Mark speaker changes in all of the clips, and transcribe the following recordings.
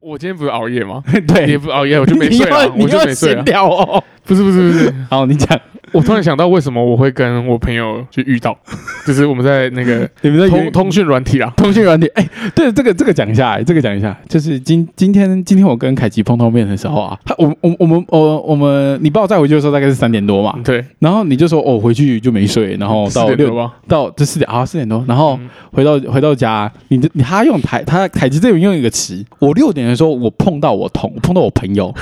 Speaker 1: 我今天不是熬夜 吗？也
Speaker 2: 对，
Speaker 1: 不熬夜，我就没
Speaker 2: 你
Speaker 1: 睡啊
Speaker 2: 要，
Speaker 1: 我
Speaker 2: 哎你
Speaker 1: 就
Speaker 2: 要
Speaker 1: 没睡
Speaker 2: 闲
Speaker 1: 啊。
Speaker 2: 聊哦。
Speaker 1: 不是不是不是，
Speaker 2: 好，你讲，
Speaker 1: 我突然想到为什么我会跟我朋友 去遇到，就是我们在那个
Speaker 2: 你们在
Speaker 1: 通
Speaker 2: 原
Speaker 1: 通讯软体啊啦，
Speaker 2: 通讯软体，哎、对，这个这个讲一下，这个讲一下，就是今今天今天我跟凯奇碰头面的时候啊，他我我我们我我们你把我载回去的时候大概是三点多嘛，
Speaker 1: 对，
Speaker 2: 然后你就说哦回去就没睡，然后哦到
Speaker 1: 四点
Speaker 2: 六
Speaker 1: 多吧。
Speaker 2: 到这四点啊四点多，然后
Speaker 1: 嗯
Speaker 2: 回到回到家，你的你他用台他凯奇这边用一个词，我六点的时候我碰到我同碰到我朋友。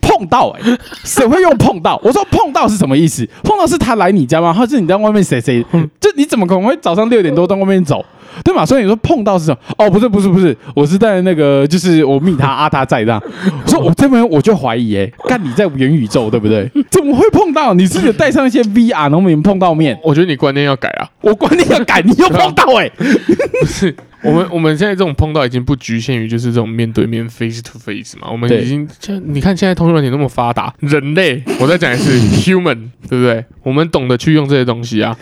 Speaker 2: 碰到哎、谁会用碰到？我说碰到是什么意思？碰到是他来你家吗？还是你在外面谁谁？就你怎么可能会早上六点多在外面走，对嘛？所以你说碰到是什么？哦，不是不是不是，我是在那个就是我密他阿他在这样，所以我这边我就怀疑哎、干你在元宇宙对不对？怎么会碰到？你是不是带上一些 VR，然后没碰到面？
Speaker 1: 我觉得你观念要改啊，
Speaker 2: 我观念要改，你又碰到哎、
Speaker 1: 不是我们我们现在这种碰到已经不局限于就是这种面对面 face to face 嘛，我们
Speaker 2: 对
Speaker 1: 已经现在你看现在通讯软体那么发达，人类我再讲一 次 human 对不对？我们懂得去用这些东西啊，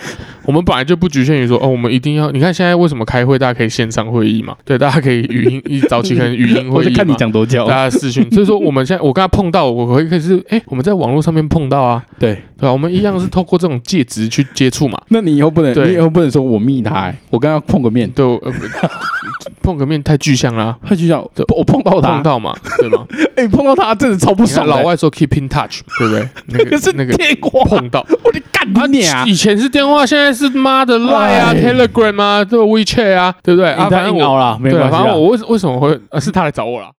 Speaker 1: 我们本来就不局限于说哦，我们一定要你看现在为什么开会大家可以线上会议嘛，对，大家可以语音一早期可能 语音
Speaker 2: 我
Speaker 1: 会
Speaker 2: 就
Speaker 1: 议
Speaker 2: 看你
Speaker 1: 嘛。啊
Speaker 2: 讲多久
Speaker 1: 大。家视讯，所以说我们现在我跟他碰到，我可以可以是哎、我们在网络上面碰到啊，
Speaker 2: 对，
Speaker 1: 对吧、我们一样是透过这种介质去接触嘛，
Speaker 2: 那你以后不能，
Speaker 1: 对
Speaker 2: 你以后不能说我密他、欸，我刚刚碰个面，
Speaker 1: 对，我呃、碰个面太具象啦、
Speaker 2: 他就讲
Speaker 1: 对
Speaker 2: 我碰到他，
Speaker 1: 碰到嘛， 对吗？
Speaker 2: 哎、碰到他真的超不
Speaker 1: 不
Speaker 2: 爽的、
Speaker 1: 老外说 keep in touch，对不对？那
Speaker 2: 可
Speaker 1: 个
Speaker 2: 是
Speaker 1: 那个
Speaker 2: 电 话，
Speaker 1: 碰到，
Speaker 2: 我的干你啊！
Speaker 1: 以前是电话，现在是妈的 Line 啊、
Speaker 2: 哎
Speaker 1: Telegram 啊、对 WeChat 啊，对不对？啊，反正我
Speaker 2: 啦，没
Speaker 1: 对啊，
Speaker 2: 关系
Speaker 1: 反
Speaker 2: 啦
Speaker 1: 正我为为什么会、啊、是他来找我啦？